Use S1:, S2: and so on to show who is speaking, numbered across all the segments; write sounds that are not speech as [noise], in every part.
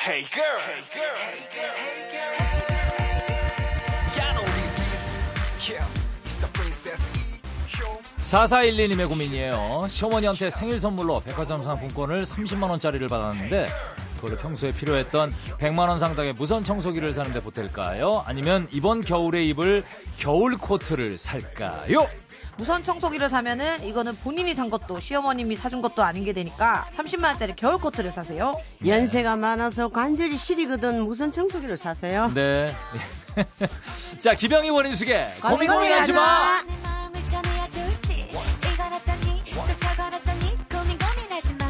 S1: Hey girl. Hey girl. Hey girl. Hey girl. Ya know this is yeah. It's the princess E. Show.
S2: 4412님의 고민이에요. 시어머니한테 생일 선물로 백화점 상품권을 30만원짜리를 받았는데, 그걸 평소에 필요했던 100만원 상당의 무선 청소기를 사는데 보탤까요? 아니면 이번 겨울에 입을 겨울 코트를 살까요?
S3: 무선 청소기를 사면은 이거는 본인이 산 것도 시어머님이 사준 것도 아닌 게 되니까 30만 원짜리 겨울 코트를 사세요.
S4: 연세가 많아서 관절이 시리거든 무선 청소기를 사세요.
S2: 네. [laughs] 자, 기병이 원인숙의 고민 고민하지 마!
S4: 마.
S5: 어? 내 마음을 전해야 좋을지 이건 어떠니 또 저건 어떠니 고민 고민하지 마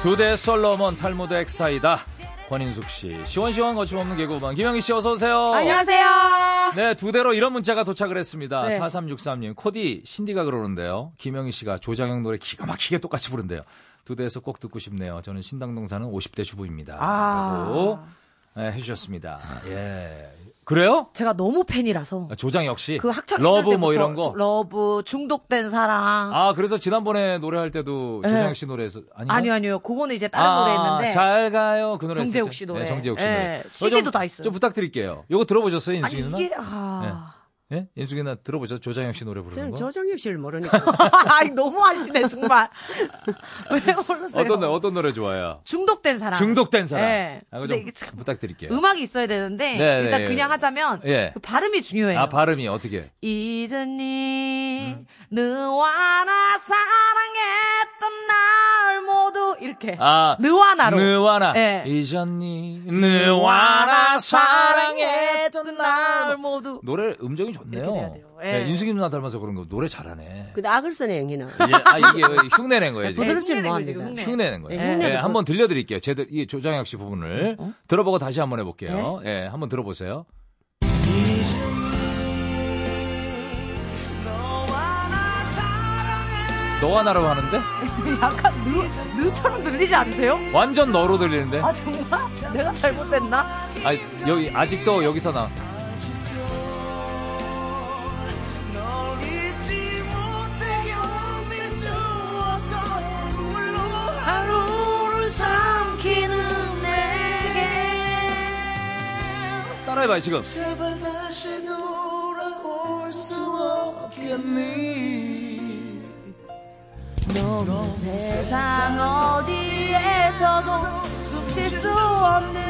S2: 두 대 솔로몬 탈무드 엑사이다. 권인숙 씨, 시원시원 거침없는 개그우먼 김영희 씨 어서 오세요.
S4: 안녕하세요.
S2: 네, 두 대로 이런 문자가 도착을 했습니다.
S4: 네.
S2: 4363님, 코디 신디가 그러는데요. 김영희 씨가 조장혁 노래 기가 막히게 똑같이 부른대요. 두 대에서 꼭 듣고 싶네요. 저는 신당동 사는 50대 주부입니다.
S3: 아.
S2: 라고 네, 해주셨습니다. 예. 그래요?
S3: 제가 너무 팬이라서
S2: 조장혁 씨.
S3: 그 학창 시절
S2: 아, 러브 뭐
S3: 때부터
S2: 이런 거.
S3: 러브 중독된 사랑.
S2: 아, 그래서 지난번에 노래할 때도
S3: 네.
S2: 조장혁 씨 노래에서 아니요.
S3: 아, 니요 아니요. 그거는 이제 다른
S2: 아,
S3: 노래였는데.
S2: 잘 가요 그 노래
S3: 정재욱
S2: 했었죠.
S3: 씨 노래.
S2: 네, 정재욱 씨
S3: 예,
S2: 노래
S3: CD 도
S2: 어, 좀-
S3: 다 있어요.
S2: 좀 부탁드릴게요 요거 들어보셨어요
S3: 아니
S2: 인숙이 누나
S3: 이게 아.
S2: 예? 인숙이 누나 들어보죠 조장혁 씨 노래 부르는
S4: 저는
S2: 거
S4: 조정혁 씨를 모르니까.
S3: [laughs] 아이, 너무 하시네 정말. 왜 그러세요?
S2: 어떤 노래 어떤 노래 좋아요
S3: 중독된 사랑.
S2: 중독된 사람
S3: 예.
S2: 아, 그거
S3: 근데
S2: 좀
S3: 이게 참
S2: 부탁드릴게요
S3: 네. 음악이 있어야 되는데
S2: 네,
S3: 일단
S2: 네,
S3: 그냥
S2: 예.
S3: 하자면
S2: 예.
S3: 그 발음이 중요해요.
S2: 아 음. 발음이 어떻게
S3: 이제니 너와 나 사랑했던 날 모두 이렇게
S2: 아
S3: 너와 나로
S2: 느와나
S3: 예.
S2: 이전니 느와나 사랑했던 날
S3: 모두
S2: 노래 음정이 좋네요
S3: 이렇게 돼야 돼요. 예.
S2: 네, 인숙이 누나 닮아서 그런 거 노래 잘하네
S4: 근데 악을 써내 형이는.
S2: 예, 아 이게 흉내낸
S3: 네,
S2: 거예요 지금
S4: 부드럽- 부드럽지
S3: 흉내내고
S4: 뭐합니다.
S3: 지금 흉내.
S2: 흉내는 거예요.
S4: 예,
S2: 예,
S4: 흉내도
S2: 한번 들려드릴게요. 제대로 이 조장혁 씨
S3: 네.
S2: 부분을 들어보고 다시 한번 해볼게요. 예, 한번 들어보세요. 너와 나로 하는데
S3: 약간 느, 느처럼 그 들리지 않으세요?
S2: 완전 너로 들리는데.
S3: 아 정말? 내가 잘못됐나?
S2: 아 여기 아직도 여기서 나.
S1: 널 잊지 못해 견딜 수 없어 눈물로 하루를 삼키는 내게
S2: 따라해봐요 지금.
S1: 제발 다시 돌아올 수 없겠니
S3: 세상 어디에서도 숨 쉴 수 없는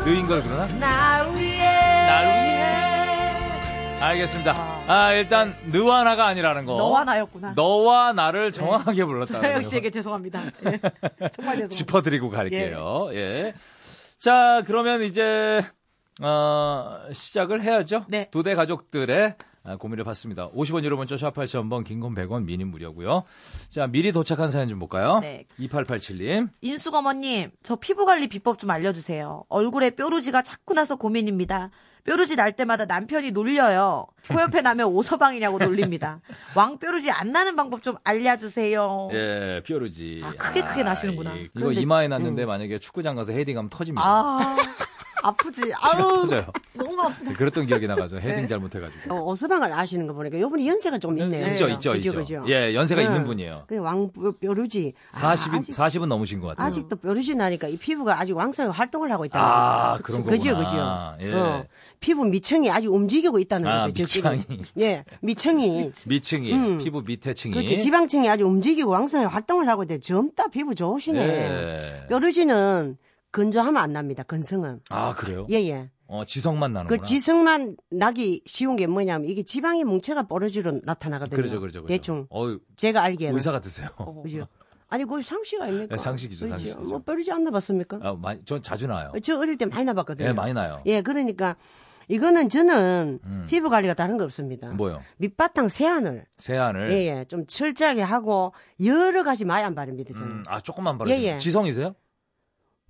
S2: 여기 느인 걸 그러나?
S3: 날 위해
S2: 날 위해. 알겠습니다. 아 일단 너와 나가 아니라는 거.
S3: 너와 나였구나.
S2: 너와 나를 정확하게 불렀다.
S3: 조장혁 씨에게
S2: [laughs]
S3: 죄송합니다. 예. 정말 죄송합니다.
S2: 짚어드리고 갈게요. 예. 자, 그러면 이제, 어, 시작을 해야죠.
S3: 네.
S2: 두 대 가족들의 아, 고민을 봤습니다. 50원 유로 문자 샵 8000번, 긴건 100원, 미니 무료고요 자, 미리 도착한 사연 좀 볼까요?
S3: 네.
S2: 2887님.
S3: 인숙 어머님, 저 피부 관리 비법 좀 알려주세요. 얼굴에 뾰루지가 자꾸 나서 고민입니다. 뾰루지 날 때마다 남편이 놀려요. 코옆에 나면 오서방이냐고 놀립니다. 왕 뾰루지 안 나는 방법 좀 알려주세요.
S2: 예, 뾰루지.
S3: 아, 크게 크게 나시는구나.
S2: 이- 이거
S3: 그런데- 음.
S2: 이마에 났는데 만약에 축구장 가서 헤딩하면 터집니다.
S3: 아, 아프지.
S2: [laughs] 피가
S3: 아우,
S2: 터져요. 네,
S3: 너무 아프다.
S2: 그랬던 기억이 나가죠. 헤딩
S3: 네.
S2: 잘못해가지고.
S4: 어, 어서방을 아시는 거 보니까 요분이 연세가 좀 있네요.
S2: 있죠, 있죠,
S4: 그죠,
S2: 있죠.
S4: 그죠?
S2: 예, 연세가
S3: 네.
S4: 응.
S2: 있는 분이에요.
S4: 그 왕뾰루지.
S2: 40,
S4: 아,
S2: 은
S4: 아직,
S2: 40은 넘으신 것 같아요.
S4: 아직도 뾰루지 나니까 이 피부가 아직 왕성히 활동을 하고
S2: 음.
S4: 있다는
S2: 아,
S4: 거죠.
S2: 그런
S4: 그죠,
S2: 거구나.
S4: 그죠.
S2: 예.
S4: 어, 피부 미층이 아직 움직이고 있다는
S2: 아,
S4: 거죠. 저끼리.
S2: 미층이.
S4: 예,
S2: [laughs]
S4: 미층이.
S2: 밑층이, 피부 밑에 층이.
S4: 음. 그렇죠. 지방층이 아주 움직이고 왕성히 활동을 하고 있는데 젊다 피부 좋으시네.
S2: 예.
S4: 뾰루지는 건조하면 안 납니다. 건성은.
S2: 아 그래요?
S4: 예, 예.
S2: 어 지성만 나는구나.
S4: 그 지성만 나기 쉬운 게 뭐냐면 이게 지방의 뭉쳐가 뾰루지로 나타나거든요.
S2: 그러죠, 그렇죠, 그렇죠.
S4: 대충 예.
S2: 어
S4: 제가 알기에는.
S2: 의사 같으세요.
S4: 그죠. 아니 그 상식 아닙니까?
S2: 네, 상식이죠,
S4: 그죠?
S2: 상식이죠.
S4: 뭐 뾰루지 안 나봤습니까?
S2: 아, 많이, 전 자주 나요.
S4: 저 어릴 때 많이 나봤거든요.
S2: 예, 많이 나요.
S4: 예, 그러니까 이거는 저는 피부 관리가 다른 거 없습니다.
S2: 음. 뭐요?
S4: 밑바탕 세안을
S2: 세안을.
S4: 예, 예, 좀 철저하게 하고 여러 가지 마약 바릅니다 저는.
S2: 음, 아 조금만 바르세요.
S4: 예, 예.
S2: 지성이세요?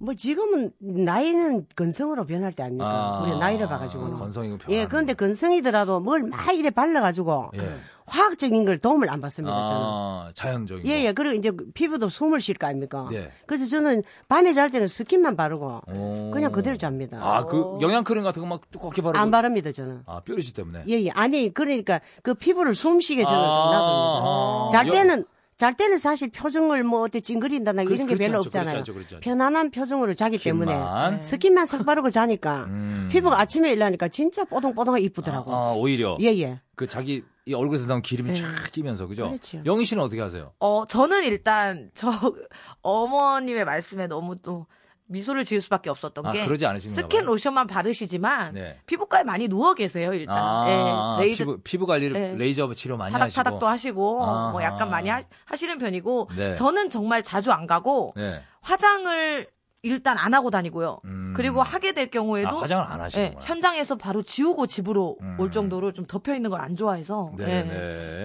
S4: 뭐 지금은 나이는 건성으로 변할 때 아닙니까?
S2: 아,
S4: 그러니까 우리 나이를 봐가지고는.
S2: 건성이고 변하는
S4: 예, 그런데 건성이더라도 뭘 막 이래 발라가지고
S2: 예.
S4: 화학적인 걸 도움을 안 받습니다 저는.
S2: 아 자연적인.
S4: 예,
S2: 거.
S4: 예. 그리고 이제 피부도 숨을 쉴 거 아닙니까?
S2: 예.
S4: 그래서 저는 밤에 잘 때는 스킨만 바르고
S2: 오.
S4: 그냥 그대로 잡니다.
S2: 아그 영양 크림 같은 거 막 두껍게 바르고.
S4: 안 바릅니다 저는.
S2: 아 뾰루지 때문에.
S4: 예, 예. 아니 그러니까 그 피부를 숨쉬게 저는
S2: 아,
S4: 좀 놔둡니다.
S2: 아.
S4: 잘 때는 잘 때는 사실 표정을 뭐 어때 찡그린다나
S2: 그-
S4: 이런 게
S2: 그렇지
S4: 별로
S2: 않죠.
S4: 없잖아요.
S2: 그렇지 않죠. 그렇지 않죠.
S4: 편안한 표정으로 자기
S2: 스킨만.
S4: 때문에 예, 스킨만 삭 바르고 자니까
S2: 음.
S4: 피부가 아침에 일하니까 진짜 뽀송뽀송하고 이쁘더라고.
S2: 아, 오히려
S4: 예 예.
S2: 그 자기 이 얼굴에서 나온 기름이
S4: 네.
S2: 쫙 끼면서 그죠?
S4: 그렇죠.
S2: 영희 씨는 어떻게 하세요?
S3: 어, 저는 일단 저 [laughs] 어머님의 말씀에 너무 또 미소를 지을 수밖에 없었던
S2: 아,
S3: 게
S2: 그러지 않으시는가
S3: 스킨
S2: 봐요.
S3: 로션만 바르시지만
S2: 네.
S3: 피부과에 많이 누워 계세요, 일단.
S2: 아,
S3: 예, 레이드
S2: 피부, 피부 관리를
S3: 예.
S2: 레이저 치료 많이 하시고.
S3: 타닥타닥도 하시고
S2: 아하.
S3: 뭐 약간 많이 하, 시는 편이고
S2: 네.
S3: 저는 정말 자주 안 가고
S2: 네.
S3: 화장을 일단 안 하고 다니고요.
S2: 음.
S3: 그리고 하게 될 경우에도
S2: 아, 화장을 안
S3: 예,
S2: 하시는구나.
S3: 현장에서 바로 지우고 집으로
S2: 음.
S3: 올 정도로 좀 덮여 있는 걸 안 좋아해서
S2: 네,
S3: 예.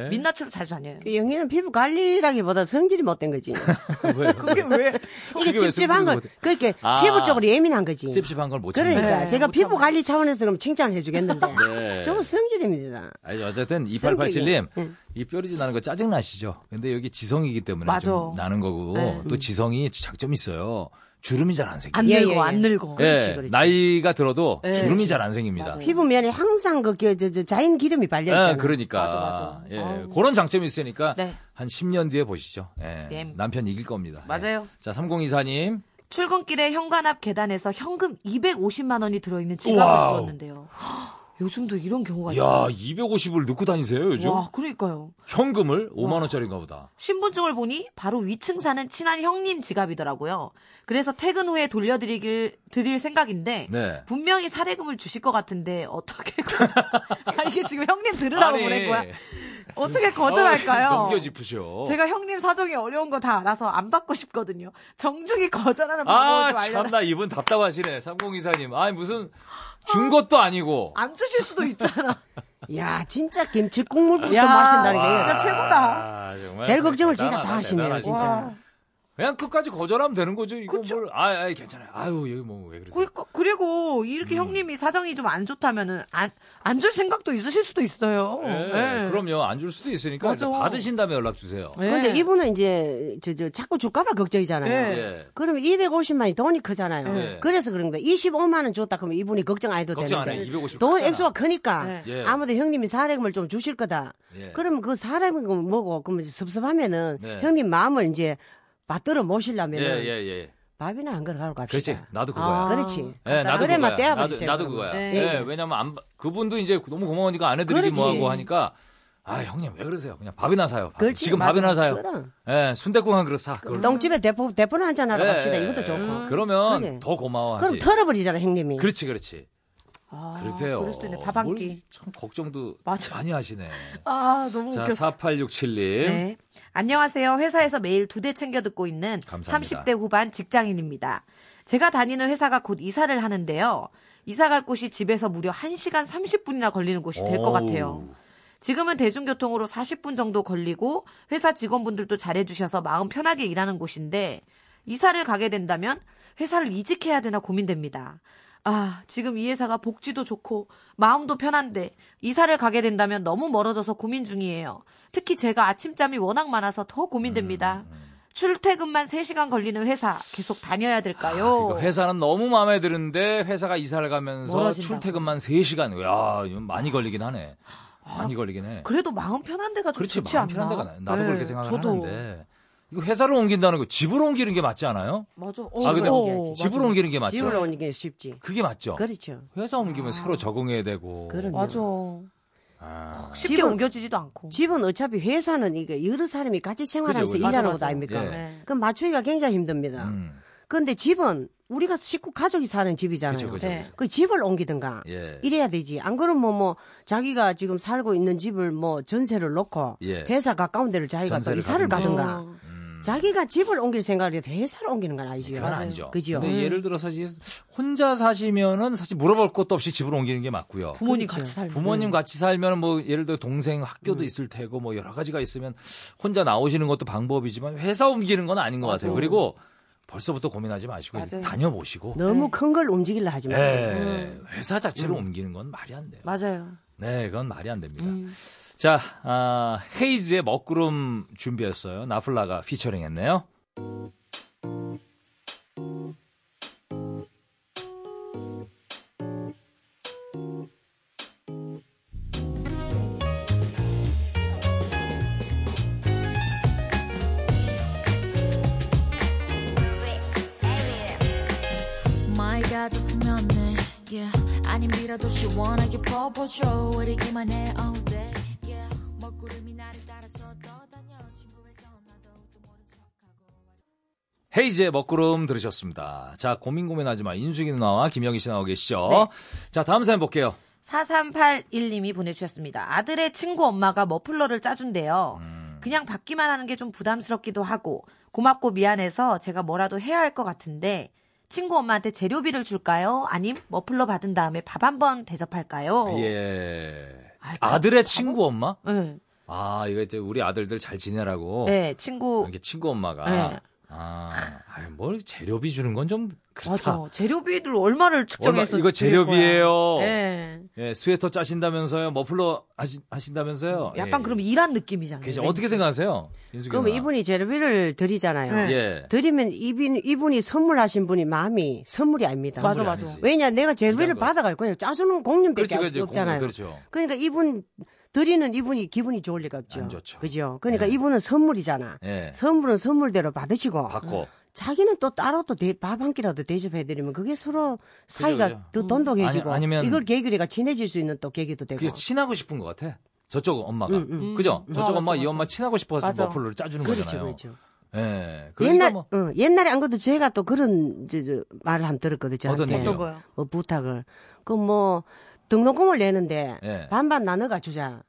S2: 네.
S3: 민낯으로 자주 다녀요.
S4: 그 영희는 피부 관리라기보다 성질이 못된
S2: [laughs]
S4: 거지.
S2: 왜, 그게
S3: 왜?
S2: 그게
S4: 이게
S2: 왜
S4: 찝찝한 걸,
S2: 성질이 못해?
S4: 그렇게
S2: 아.
S4: 피부 쪽으로 예민한 거지.
S2: 찝찝한 걸못 참는
S4: 그러니까
S3: 네.
S4: 제가
S3: 못
S4: 피부
S3: 참아.
S4: 관리 차원에서 그럼 칭찬을 해주겠는데
S2: [laughs] 네.
S4: 저거 성질입니다.
S2: 아니 어쨌든 2887님
S4: 응.
S2: 이 뾰루지 나는 거 짜증 나시죠? 근데 여기 지성이기 때문에
S3: 맞아.
S2: 좀 나는 거고
S3: 네.
S2: 또 지성이 장점이 있어요. 주름이 잘 안 생겨.
S3: 안
S4: 예, 예,
S3: 늙고
S4: 예.
S3: 안 늙고.
S2: 예,
S4: 그렇지, 그렇지.
S2: 나이가 들어도 주름이 잘 안 생깁니다.
S4: 피부면에 항상 그, 그, 저, 저, 자연 기름이
S2: 예,
S4: 발려있잖아요.
S2: 그러니까
S3: 맞아, 맞아.
S2: 예,
S3: 아우.
S2: 그런 장점이 있으니까
S3: 네.
S2: 한 10년 뒤에 보시죠. 예,
S3: 예.
S2: 남편 이길 겁니다.
S3: 맞아요.
S2: 예. 자 3024님
S3: 출근길에 현관 앞 계단에서 현금 250만 원이 들어있는 지갑을
S2: 와우.
S3: 주웠는데요. [gasps] 요즘도 이런 경우가
S2: 야
S3: 있어요.
S2: 250을 넣고 다니세요 요즘?
S3: 와, 그러니까요.
S2: 현금을 5만 원짜리인가 보다.
S3: 신분증을 보니 바로 위층 사는 친한 형님 지갑이더라고요. 그래서 퇴근 후에 돌려드리길 드릴 생각인데
S2: 네.
S3: 분명히 사례금을 주실 것 같은데 어떻게
S2: [laughs]
S3: 거절? 아 이게 지금 형님 들으라고 보낸 거야? 뭐, 어떻게 거절할까요?
S2: 아우, 넘겨짚으셔.
S3: 제가 형님 사정이 어려운 거 다 알아서 안 받고 싶거든요. 정중히 거절하는 방법을
S2: 아,
S3: 뭐, 좀 알려.
S2: 참나, 이분 답답하시네. 3024님. 아니, 무슨, 준 것도 아니고.
S3: 안 주실 수도 있잖아.
S4: 야, 진짜 김치 국물부터
S3: 야,
S4: 마신다는
S3: 와.
S4: 게.
S3: 아, 진짜 최고다.
S2: 아, 정말.
S4: 별 걱정을 제가
S2: 대단하다,
S4: 다 하시네요,
S2: 대단하시다.
S4: [laughs] 진짜.
S3: 와.
S2: 그냥 끝까지 거절하면 되는 거죠. 이거 뭘, 아, 아, 괜찮아요. 아유, 여기 뭐, 왜 그러세요?
S3: 그리고, 그리고 이렇게
S2: 음.
S3: 형님이 사정이 좀 안 좋다면은 안 안 줄 생각도 있으실 수도 있어요.
S2: 예, 그럼요. 안 줄 수도 있으니까
S3: 맞아.
S2: 일단 받으신 다음에 연락 주세요.
S3: 예.
S4: 근데 이분은 이제, 저, 저, 자꾸 줄까봐 걱정이잖아요.
S3: 네.
S2: 예.
S4: 그러면 250만이 돈이 크잖아요.
S2: 네.
S4: 그래서 그런 거예요. 25만원 줬다 그러면 이분이 걱정 안 해도
S2: 걱정 안 해.
S4: 되는데.
S2: 250.
S4: 돈
S2: 크잖아.
S4: 액수가 크니까
S3: 네.
S2: 예.
S4: 아무도 형님이 사례금을 좀 주실 거다.
S2: 예.
S4: 그러면 그 사례금 뭐고 그러면 섭섭하면은
S2: 네.
S4: 형님 마음을 이제 받들어 모시려면
S2: 예,
S4: 은
S2: 예, 예.
S4: 밥이나 안 걸어가고 갑시다.
S2: 그렇지. 나도 그거야.
S3: 아.
S4: 그렇지.
S2: 예, 나도
S4: 그래,
S2: 그거야.
S4: 맞 떼야
S2: 나도,
S4: 버리세요,
S2: 나도
S4: 그러면.
S2: 그거야.
S3: 네.
S2: 예, 왜냐면 안 바- 그분도 이제 너무 고마우니까 안 해드리기
S4: 그렇지.
S2: 뭐하고 하니까 아 형님 왜 그러세요? 그냥 밥이나 사요. 밥.
S4: 그렇지,
S2: 지금
S4: 맞아.
S2: 밥이나 사요.
S4: 그럼.
S2: 예, 순대국 한 그릇 사. 그걸.
S4: 똥집에 대포 대포나 한잔 하러
S2: 예,
S4: 갑시다.
S2: 예,
S4: 이것도
S2: 예.
S4: 좋고.
S2: 그러면
S4: 그래.
S2: 더 고마워하지.
S4: 그럼 털어버리잖아 형님이.
S2: 그렇지, 그렇지.
S3: 아,
S2: 그러세요.
S3: 그럴 수도 있네. 밥 한
S2: 뭘
S3: 끼.
S2: 참 걱정도
S3: 맞아.
S2: 많이 하시네.
S3: 아, 너무
S2: 자,
S3: 웃겼어.
S2: 4867님.
S3: 네. 안녕하세요. 회사에서 매일 두 대 챙겨 듣고 있는
S2: 감사합니다.
S3: 30대 후반 직장인입니다. 제가 다니는 회사가 곧 이사를 하는데요. 이사 갈 곳이 집에서 무려 1시간 30분이나 걸리는 곳이 될 것
S2: 오우.
S3: 같아요. 지금은 대중교통으로 40분 정도 걸리고 회사 직원분들도 잘해주셔서 마음 편하게 일하는 곳인데 이사를 가게 된다면 회사를 이직해야 되나 고민됩니다. 아, 지금 이 회사가 복지도 좋고 마음도 편한데 이사를 가게 된다면 너무 멀어져서 고민 중이에요. 특히 제가 아침잠이 워낙 많아서 더 고민됩니다.
S2: 음,
S3: 출퇴근만 3시간 걸리는 회사 계속 다녀야 될까요?
S2: 아, 이거 회사는 너무 마음에 드는데 회사가 이사를 가면서
S3: 멀어진다고.
S2: 출퇴근만 3시간. 야, 이건 많이 걸리긴 하네. 많이 걸리긴 해.
S3: 아, 그래도 마음 편한 데가 좀
S2: 그렇지
S3: 좋지
S2: 마음
S3: 않나?
S2: 편한 데가 나요. 나도
S3: 네,
S2: 그렇게 생각을
S3: 저도.
S2: 하는데 이거 회사를 옮긴다는 거 집으로 옮기는 게 맞지 않아요?
S3: 맞아.
S2: 아, 근데
S3: 어,
S2: 집으로 옮기는 게 맞죠.
S4: 집으로 오는 게 쉽지.
S2: 그게 맞죠.
S4: 그렇죠.
S2: 회사
S3: 아.
S2: 옮기면 새로 적응해야 되고.
S4: 그럼요.
S3: 맞아.
S2: 아,
S3: 쉽게
S4: 집은-
S3: 옮겨지지도 않고.
S4: 집은 어차피 회사는 이게 여러 사람이 같이 생활하면서
S2: 그죠, 그죠.
S4: 일하는
S3: 맞아,
S4: 곳
S3: 맞아.
S4: 아닙니까?
S2: 예.
S3: 네.
S4: 그럼 맞추기가 굉장히
S3: 어,
S4: 힘듭니다.
S2: 음,
S4: 그런데 집은 우리가 식구 가족이 사는
S2: 그렇죠,
S4: 집이잖아요.
S2: 그렇죠.
S3: 네.
S4: 그 집을 옮기든가
S2: 예.
S4: 이래야 되지. 안 그러면 뭐, 뭐 자기가 지금 살고 있는 집을 뭐 전세를 놓고
S2: 예.
S4: 회사 가까운 데를 자기가 또
S2: 전세를
S4: 이사를
S2: 가든가. 음.
S4: 가든가
S3: 어.
S4: 자기가 집을 옮길 생각을 해도 회사를 옮기는 건 아니지요.
S2: 그건 아니죠.
S4: 그죠?
S3: 네.
S2: 근데 예를 들어서 이제 혼자 사시면은 사실 물어볼 것도 없이 집으로 옮기는 게 맞고요.
S3: 부모님 같이 살면. 음.
S2: 부모님 같이 살면 뭐 예를 들어 동생 학교도 있을 테고 뭐 여러 가지가 있으면 혼자 나오시는 것도 방법이지만 회사 옮기는 건 아닌 것 같아요. 그리고 벌써부터 고민하지 마시고
S3: 맞아요. 네.
S2: 다녀보시고
S4: 너무 큰 걸 움직이려 하지 마세요.
S3: 음.
S2: 예, 회사 자체를 옮기는 건 말이 안 돼요.
S3: 맞아요.
S2: 네, 그건 말이 안 됩니다.
S3: 음.
S2: 자, 아, 헤이즈의 먹구름 준비했어요. 나플라가 피처링 했네요.
S5: 낮았으면 해 yeah. 아님이라도 시원하게 퍼보죠 우리기만 해 all day yeah. 먹구름이 나를 따라서 떠다녀 친구의 전화도 또 모른 척하고
S2: 헤이즈의 먹구름 들으셨습니다. 자, 고민 고민하지 마. 인숙이 누나와 김영희 씨 나오 계시죠?
S3: 네.
S2: 자, 다음 사연 볼게요.
S3: 4381님이 보내주셨습니다. 아들의 친구 엄마가 머플러를 짜준대요.
S2: 음.
S3: 그냥 받기만 하는 게 좀 부담스럽기도 하고 고맙고 미안해서 제가 뭐라도 해야 할 것 같은데 친구 엄마한테 재료비를 줄까요? 아님 머플러 받은 다음에 밥 한 번 대접할까요?
S2: 아, 예.
S3: 어. 아이고,
S2: 아들의 친구 엄마?
S3: 네,
S2: 아, 이거 이제 우리 아들들 잘 지내라고.
S3: 네, 친구
S2: 어. 아, 이렇게 친구 엄마가.
S3: 네.
S2: 아, 아이, 뭘 재료비 주는 건 좀 그렇다.
S3: 맞아 재료비를 얼마를 측정해서
S2: 얼마- 이거
S3: 드릴 거야.
S2: 재료비예요.
S3: 예.
S2: 예, 스웨터 짜신다면서요? 머플러 하시, 하신다면서요?
S3: 음, 약간
S2: 예.
S3: 그럼 일한 느낌이잖아요.
S2: 그죠.
S3: 왠지.
S2: 어떻게 생각하세요? 인숙이
S4: 그럼
S2: 누나.
S4: 이분이 재료비를 드리잖아요.
S3: 네.
S2: 그러니까. 예.
S4: 드리면 이분, 이분이 선물하신 분이 마음이 선물이 아닙니다.
S3: 맞아,
S2: 선물이
S3: 맞아.
S2: 아니지.
S4: 왜냐 내가
S2: 일단
S4: 재료비를
S2: 그-
S4: 받아갈 거예요. 짜주는 공님밖에
S2: 그렇죠, 그렇죠. 공님,
S4: 없잖아요.
S2: 그렇죠.
S4: 러니까 이분 드리는 이분이 기분이 좋을 리가 없죠.
S2: 안 좋죠.
S4: 그죠. 그러니까 이분은 선물이잖아.
S2: 예.
S4: 선물은 선물대로 받으시고
S2: 받고.
S4: 자기는 또 따로 또 밥 한 끼라도 대접해드리면 그게 서로 사이가
S2: 그죠. 음,
S4: 더 돈독해지고
S2: 아니- 아니면-
S4: 이걸 계기리가 친해질 수 있는 또 계기도 되고
S2: 그게 친하고 싶은 것 같아. 저쪽 엄마가.
S4: 음,
S2: 그죠? 저쪽
S3: 맞아,
S4: 어,
S2: 엄마, 이
S3: 맞아.
S2: 엄마 친하고 싶어서
S3: 맞아.
S2: 머플러를 짜주는
S4: 그렇죠,
S2: 거잖아요.
S4: 그렇죠.
S2: 예. 그러니까
S4: 옛날
S2: 뭐.
S4: 어, 옛날에 안 그래도 제가 또 그런 저, 저, 말을 한 들었거든요. 저한테.
S2: 어떤 얘기요? 어떤
S3: 거요?
S4: 뭐 부탁을 그 뭐 등록금을 내는데
S2: 예.
S4: 반반 나눠가 주자.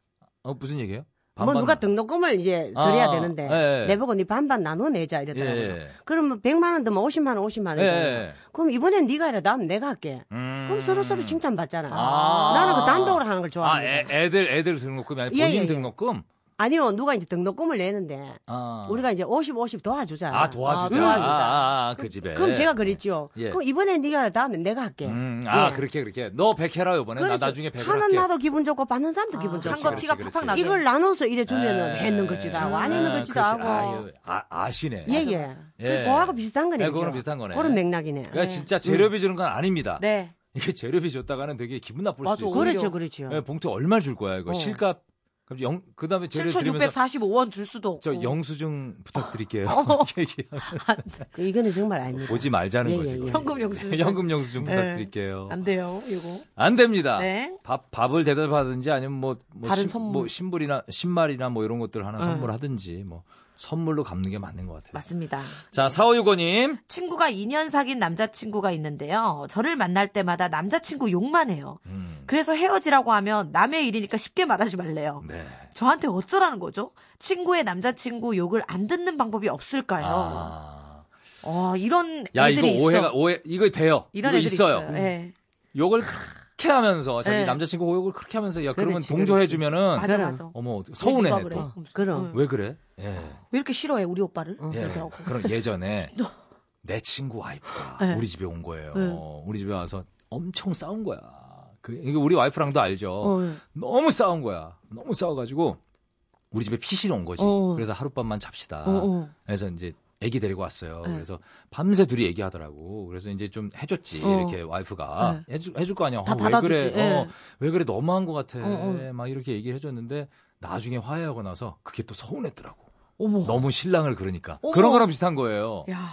S2: 어, 무슨 얘기예요?
S4: 뭐
S2: 반반-
S4: 누가 등록금을 이제 드려야
S2: 아,
S4: 되는데
S2: 예, 예.
S4: 내보고 네 반반 나눠 내자 이러더라고요.
S2: 예, 예.
S4: 그러면 100만 원 드면 50만 원, 50만 원.
S2: 예,
S4: 뭐 이잖아요.
S2: 예.
S4: 그럼 이번엔 네가 해라. 다음 내가 할게.
S2: 음.
S4: 그럼 서로 서로 칭찬받잖아.
S2: 아.
S4: 나는 그 단독으로 하는 걸
S2: 아,
S4: 좋아합니다.
S2: 애, 애들, 애들 등록금이 아니라
S4: 예,
S2: 본인
S4: 예, 예.
S2: 등록금?
S4: 아니요, 누가 이제 등록금을 내는데
S2: 아.
S4: 우리가 이제 50, 50 도와주자.
S2: 아, 도와주자.
S4: 음.
S2: 아, 아, 아, 그 집에.
S4: 그럼 제가 그랬죠.
S2: 예.
S4: 그럼 이번엔 네가 해라. 다음에 내가 할게.
S2: 음, 아,
S4: 예.
S2: 그렇게, 그렇게. 너 100해라, 요번에. 나
S4: 그렇죠.
S2: 나중에 100을
S4: 하는
S2: 할게. 아,
S4: 나도 기분 좋고 받는 사람도 기분 좋고.
S2: 그렇지,
S3: 한거 티가
S2: 그렇지,
S3: 팍팍
S2: 그렇지.
S3: 나죠.
S4: 이걸 나눠서 이래 주면은
S2: 예.
S4: 했는 것지도 하고 안
S2: 아,
S4: 했는 것지도
S2: 그렇지.
S4: 하고.
S2: 아, 예. 아, 시네
S4: 예예.
S2: 예.
S4: 그거하고 비슷한 거네요.
S2: 예, 그거는 비슷한 거네.
S4: 그런 맥락이네.
S2: 그러니까 진짜 재료비 주는 건 아닙니다.
S3: 네.
S2: 이게 재료비 줬다가는 되게 기분 나쁠
S3: 맞아,
S2: 수도 있어요.
S3: 오히려. 어.
S4: 그렇죠, 그렇죠.
S2: 예, 봉투 얼마 줄 거야, 이거. 실값. 그럼 영, 그 다음에 재료 드리면서
S3: 7,645원 줄 수도 없고.
S2: 저 영수증 부탁드릴게요.
S3: 어.
S2: [laughs] 이렇게 얘기하면
S4: 그 이거는 정말 아닙니다.
S2: 오지 말자는
S4: 예,
S2: 거지.
S4: 예,
S2: 이거.
S4: 예.
S3: 현금 영수증.
S2: 네, [laughs] 현금 영수증
S3: 예.
S2: 부탁드릴게요.
S3: 안 돼요, 이거.
S2: 안 됩니다.
S3: 네.
S2: 밥 밥을 대접하든지 아니면 뭐, 뭐
S3: 다른
S2: 신-
S3: 선물. 네.
S2: 뭐 신불이나 신발이나 뭐 이런 것들 하나 선물하든지 뭐 선물로 갚는 게 맞는 것 같아요. [laughs]
S3: 맞습니다.
S2: 자, 4565님.
S3: 친구가 2년 사귄 남자친구가 있는데요. 저를 만날 때마다 남자친구 욕만 해요.
S2: 음,
S3: 그래서 헤어지라고 하면 남의 일이니까 쉽게 말하지 말래요.
S2: 네.
S3: 저한테 어쩌라는 거죠? 친구의 남자친구 욕을 안 듣는 방법이 없을까요?
S2: 아.
S3: 어, 이런
S2: 야, 이거
S3: 애들이 있어.
S2: 오해가 오해 이거 돼요.
S3: 이런
S2: 이거
S3: 애들이
S2: 있어요. 음.
S3: 있어요. 예.
S2: 욕을 그렇게 하면서 자기
S3: 네.
S2: 남자친구 욕을 그렇게 하면서 야, 그러면
S4: 그렇지,
S2: 동조해 주면은
S3: 맞아,
S4: 그럼.
S3: 맞아.
S2: 어머 어떡해. 서운해
S3: 누가
S2: 또.
S3: 그래? 음.
S4: 그럼.
S2: 왜 그래? 예.
S3: 왜 이렇게 싫어해 우리 오빠를?
S2: 예.
S3: 이렇게 하고.
S2: 그럼 예전에 내 친구 와이프가 우리 집에 온 거예요. 우리 집에 와서 엄청 싸운 거야. 그 이게 우리 와이프랑도 알죠.
S3: 어.
S2: 너무 싸운 거야. 너무 싸워가지고 우리 집에 피신 온 거지.
S3: 어.
S2: 그래서 하룻밤만 잡시다. 그래서 이제 애기 데리고 왔어요.
S3: 네.
S2: 그래서 밤새 둘이 얘기하더라고. 그래서 이제 좀 해줬지. 이렇게 와이프가 해줄, 해줄 거 아니야.
S3: 어. 네. 다
S2: 어, 왜
S3: 받아줬지. 어,
S2: 그래?
S3: 예.
S2: 어, 왜 그래? 너무한 것 같아. 막 이렇게 얘기를 해줬는데 나중에 화해하고 나서 그게 또 서운했더라고. 너무 신랑을 그러니까 그런 거랑 비슷한 거예요.
S3: 야.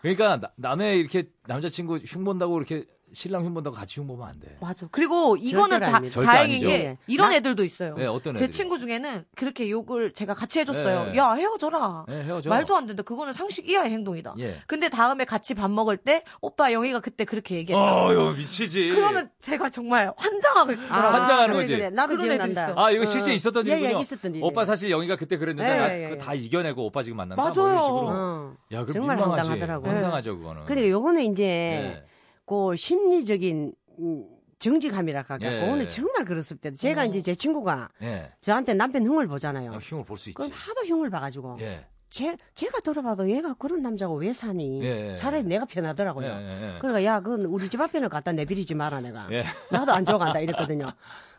S2: 그러니까 나- 남의 이렇게 남자친구 흉 본다고 이렇게 신랑 흉 본다고 같이 흉 보면 안 돼.
S3: 맞아. 그리고 이거는
S4: 절대로
S3: 다,
S4: 아닙니다.
S2: 절대
S3: 다행인
S2: 아니죠.
S3: 게 이런 애들도 있어요.
S2: 네, 어떤
S3: 제
S2: 애들이요?
S3: 친구 중에는 그렇게 욕을 제가 같이 해줬어요.
S2: 네.
S3: 야 헤어져라.
S2: 네, 헤어져.
S3: 말도 안 된다. 그거는 상식 이하의 행동이다.
S2: 예.
S3: 근데 다음에 같이 밥 먹을 때 오빠 영희가 그때 그렇게 얘기했어.
S2: 어유 예. 미치지.
S3: 그러면 제가 정말 환장하고
S2: 아.
S3: 있더라고요.
S2: 환장하는
S4: 그래,
S2: 거지.
S4: 그래. 나도
S3: 그런 애들
S4: 기억난다.
S3: 있어.
S2: 아 이거 실제 있었던
S4: 예, 예,
S2: 일이군요.
S4: 있었던 일이에요.
S2: 오빠 사실 영희가 그때 그랬는데
S4: 예,
S2: 나
S4: 예,
S2: 그거
S4: 예.
S2: 다 이겨내고 오빠 지금 만난다.
S3: 맞아요.
S2: 뭐 이런 식으로.
S4: 어.
S2: 야, 그럼
S4: 정말
S2: 민망하지.
S4: 황당하더라고.
S2: 황당하죠 그거는.
S4: 그래 요거는 이제
S2: 예.
S4: 그 심리적인 음, 정직함이라 할까.
S2: 예.
S4: 그거는 정말 그렇습니다.
S3: 음.
S4: 제가 이제 제 친구가
S2: 예.
S4: 저한테 남편 흉을 보잖아요.
S2: 야, 흉을 볼 수 있지.
S4: 그럼 하도 흉을 봐가지고
S2: 예.
S4: 제, 제가 돌아봐도 얘가 그런 남자고 왜 사니?
S2: 예, 예.
S4: 차라리 내가 편하더라고요.
S2: 예, 예, 예.
S4: 그러니까 야, 그건 우리 집 앞에는 갖다 내비리지 마라 내가.
S2: 예.
S4: 나도 안 좋아한다 이랬거든요.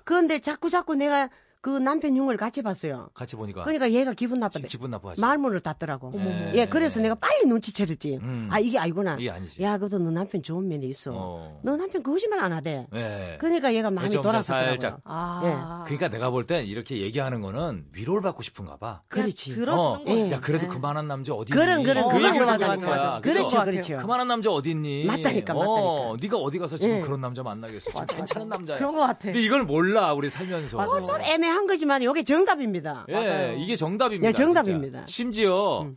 S4: 그런데 자꾸 자꾸 내가 그 남편 흉을 같이 봤어요.
S2: 같이 보니까
S4: 그러니까 얘가 기분 나빠대.
S2: 기- 기분 나빠하지.
S4: 말문을 닫더라고.
S2: 어머머.
S4: 예, 그래서 내가 빨리 눈치채렸지.
S2: 음.
S4: 아 이게 아니구나.
S2: 이게 아니지.
S4: 야, 그래도 너 남편 좋은 면이 있어.
S2: 어.
S4: 너 남편 거짓말 안 하대.
S2: 네.
S4: 그러니까 얘가 많이
S2: 그래서
S4: 돌아섰더라고요
S2: 살짝
S3: 아.
S2: 그러니까 내가 볼 땐 이렇게 얘기하는 거는 위로를 받고 싶은가 봐.
S3: 그냥
S4: 그렇지.
S3: 들어주는
S2: 어,
S3: 거예요.
S2: 야 그래도
S3: 네.
S2: 그만한 남자 어디
S4: 그렇죠. 그런,
S2: 있니?
S4: 그런,
S2: 그
S4: 그런
S2: 얘기를
S4: 거
S2: 듣고
S4: 맞아,
S2: 싶은
S3: 맞아,
S2: 거야.
S3: 맞아.
S2: 그죠?
S4: 그렇죠,
S3: 그거
S4: 그렇죠.
S2: 그만한 남자 어디 있니?
S4: 맞다니까,
S2: 어,
S4: 맞다니까.
S2: 네가 어디 가서 지금
S4: 예.
S2: 그런 남자 만나겠어. 지금
S3: 맞아,
S2: 괜찮은
S3: 맞아.
S2: 남자야.
S3: 그런 것 같아.
S2: 근데 이걸 몰라 우리 살면서.
S3: 맞아.
S4: 참 어, 애매한 거지만 이게 정답입니다.
S2: 예, 이게 정답입니다.
S4: 예, 정답입니다.
S2: 진짜. 심지어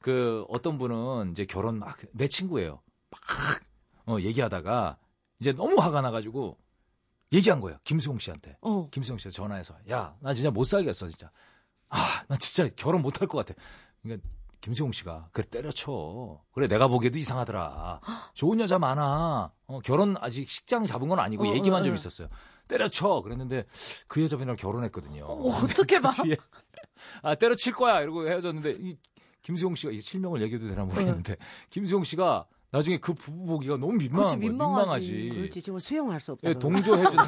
S2: 그 어떤 분은 이제 결혼 막 내 친구예요. 막 어, 얘기하다가 이제 너무 화가 나가지고 얘기한 거예요. 김수홍 씨한테.
S3: 어.
S2: 김수영 씨가 전화해서 야 나 진짜 못 살겠어 진짜 아 나 진짜 결혼 못 할 것 같아 그러니까 김수영 씨가 그래 때려쳐 그래 내가 보기에도 이상하더라 좋은 여자 많아 어, 결혼 아직 식장 잡은 건 아니고
S3: 어,
S2: 얘기만
S3: 어,
S2: 좀
S3: 어.
S2: 있었어요 때려쳐 그랬는데 그 여자분이랑 결혼했거든요 [laughs]
S3: 어떻게 봐?
S2: 뒤에 아 때려칠 거야 이러고 헤어졌는데 이 김수영 씨가 이 실명을 얘기해도 되나 모르겠는데 김수영 씨가 나중에 그 부부 보기가 너무 민망한 거예요
S3: 민망하지.
S2: 민망하지
S4: 그렇지, 저거 수용할 수 없다.
S2: 예, 동조해주는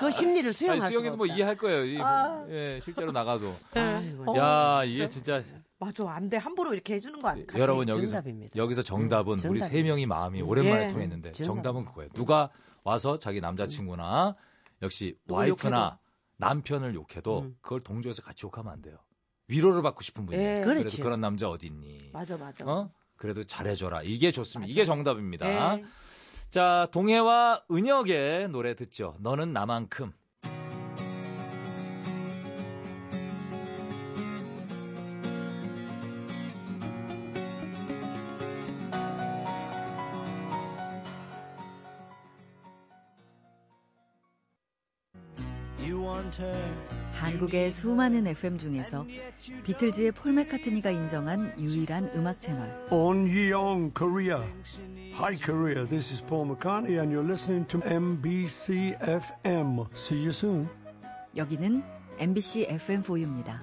S4: 그 심리를
S2: 아니,
S4: 수용할 수 없다.
S2: 수영이도 뭐 이해할 거예요. 이, 뭐, 예, 실제로 나가도.
S4: 어, 아이고,
S2: 야, 이게 진짜
S3: 맞아, 안 돼. 함부로 이렇게 해주는 거 아니야?
S2: 여러분 여기서
S4: 정답입니다.
S2: 여기서 정답은
S4: 음,
S2: 우리
S4: 정답이에요.
S2: 세 명이 마음이 오랜만에
S3: 예.
S2: 통했는데
S4: 정답.
S2: 정답은 그거예요. 누가 와서 자기 남자친구나 역시 와이프나 남편을 욕해도
S4: 음.
S2: 그걸 동조해서 같이 욕하면 안 돼요. 위로를 받고 싶은 분이에요.
S3: 예.
S2: 그래도
S4: 그렇지.
S2: 그런 남자 어디 있니?
S3: 맞아, 맞아.
S2: 어? 그래도 잘해줘라. 이게 좋습니다. 이게 정답입니다.
S3: 네.
S4: 예.
S2: 자, 동해와 은혁의 노래 듣죠. 너는 나만큼.
S6: 한국의 수많은 FM 중에서 비틀즈의 폴 맥카트니가 인정한 유일한 음악 채널
S7: On Yeong Korea. Hi Korea, this is Paul McCartney and you're listening to MBC FM. See you soon.
S6: 여기는 MBC FM4U입니다.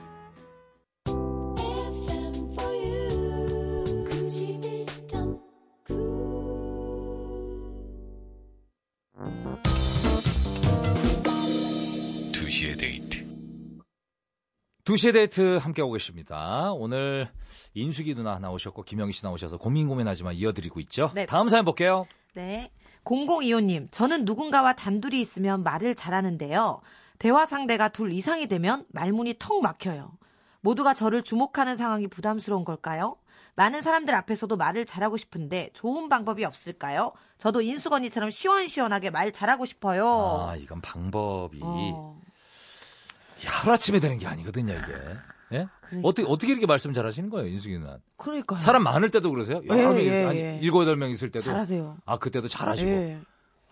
S2: 두시의 데이트 함께하고 계십니다. 오늘 인숙이 누나 나오셨고 김영희 씨 나오셔서 고민 고민하지만 이어드리고 있죠.
S3: 네.
S2: 다음 사연 볼게요.
S3: 네. 0025님, 저는 누군가와 단둘이 있으면 말을 잘하는데요. 대화 상대가 둘 이상이 되면 말문이 턱 막혀요. 모두가 저를 주목하는 상황이 부담스러운 걸까요? 많은 사람들 앞에서도 말을 잘하고 싶은데 좋은 방법이 없을까요? 저도 인숙 언니처럼 시원시원하게 말 잘하고 싶어요.
S2: 아 이건 방법이
S3: 어.
S2: 하루 아침에 되는 게 아니거든요 이게. 예?
S3: 그러니까.
S2: 어떻게 어떻게 이렇게 말씀 잘하시는 거예요 인숙이 누나?
S3: 그러니까요.
S2: 사람 많을 때도 그러세요? 여러
S3: 예,
S2: 명이
S3: 예,
S2: 한
S3: 예.
S2: 일곱 여덟 명 있을 때도
S3: 잘하세요.
S2: 아 그때도 잘하시고.
S3: 예.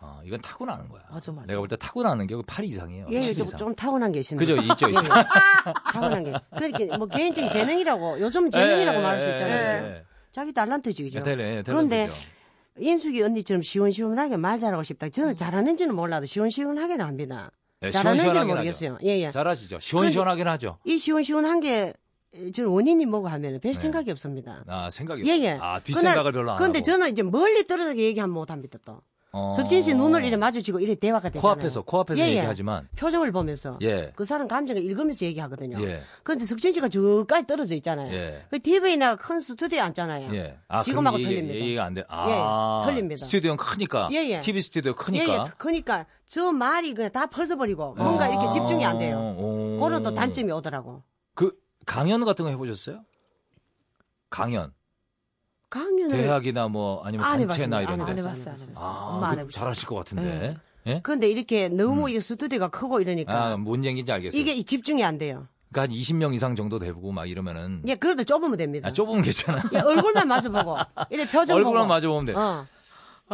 S2: 아 이건 타고나는 거야.
S3: 맞아, 맞아.
S2: 내가 볼 때 타고나는 게 그 8이 이상이에요.
S4: 예,
S2: 10
S4: 좀, 예,
S2: 이상.
S4: 좀 타고난 게 있습니다.
S2: 그죠 있죠 있죠.
S4: [laughs] 타고난 게. 그러니까 뭐 개인적인 재능이라고 요즘 예. 재능이라고 말할 수 있잖아요.
S2: 예, 예, 예.
S4: 자기 달란트지 그죠.
S2: 예,
S4: 그런데
S2: 탤런트죠.
S4: 인숙이 언니처럼 시원시원하게 말 잘하고 싶다. 저는 잘하는지는 몰라도 시원시원하게는 합니다.
S2: 예, 음.
S4: 잘하는지는
S2: 시원시원하긴
S4: 모르겠어요. 예예.
S2: 잘하시죠. 시원시원하긴 하죠.
S4: 이 시원시원한 게 저는 원인이 뭐고 하면 별 생각이 없습니다.
S2: 아 생각이
S4: 예예.
S2: 없어요. 네. 아 뒷생각을 별로 안
S4: 근데
S2: 하고.
S4: 저는 이제 멀리 떨어져서 얘기하면 못합니다 또.
S2: 어.
S4: 석진 씨 눈을 이래 마주치고 이래 대화가 되잖아요.
S2: 코앞에서 코앞에서
S4: 예, 예.
S2: 얘기하지만
S4: 표정을 보면서
S2: 예.
S4: 그 사람 감정을 읽으면서 얘기하거든요.
S2: 예.
S4: 그런데 석진 씨가 저까지 떨어져 있잖아요.
S2: 예.
S4: 그 TV나 큰 스튜디오 앉잖아요.
S2: 예. 아,
S4: 지금하고
S2: 그럼
S4: 틀립니다.
S2: 얘기, 가안 돼. 아.
S4: 예, 틀립니다.
S2: 스튜디오는 크니까.
S4: 예, 예.
S2: TV 스튜디오 크니까.
S4: 예, 예. 그러니까 저 말이 그냥 다 퍼져버리고 뭔가
S2: 아.
S4: 이렇게 집중이 안 돼요.
S2: 오.
S4: 그런 또 단점이 오더라고.
S2: 그 강연 같은 거해 보셨어요? 강연.
S4: 강연을
S2: 대학이나 뭐 아니면
S4: 네. 안
S2: 단체나
S4: 해봤습니다. 안,
S2: 이런
S4: 안
S2: 데서.
S4: 해봤어요. 안 해봤어요.
S2: 아,
S4: 엄마 안
S2: 그
S4: 해봤어요. 네.
S2: 잘하실 것 같은데. 예?
S4: 그런데 이렇게 너무 이 스튜디오가 크고 이러니까
S2: 아, 뭔 얘기인지 알겠어요.
S4: 그러니까. 이게 이 집중이 안 돼요.
S2: 그러니까 한 20명 이상 정도 되고 막 이러면은
S4: 예, 그래도 좁으면 됩니다.
S2: 아, 좁으면
S4: [laughs]
S2: 괜찮아.
S4: 예, 얼굴만 마주보고 이래 표정
S2: 얼굴만
S4: 보고.
S2: 마주 보면 돼.
S4: 어.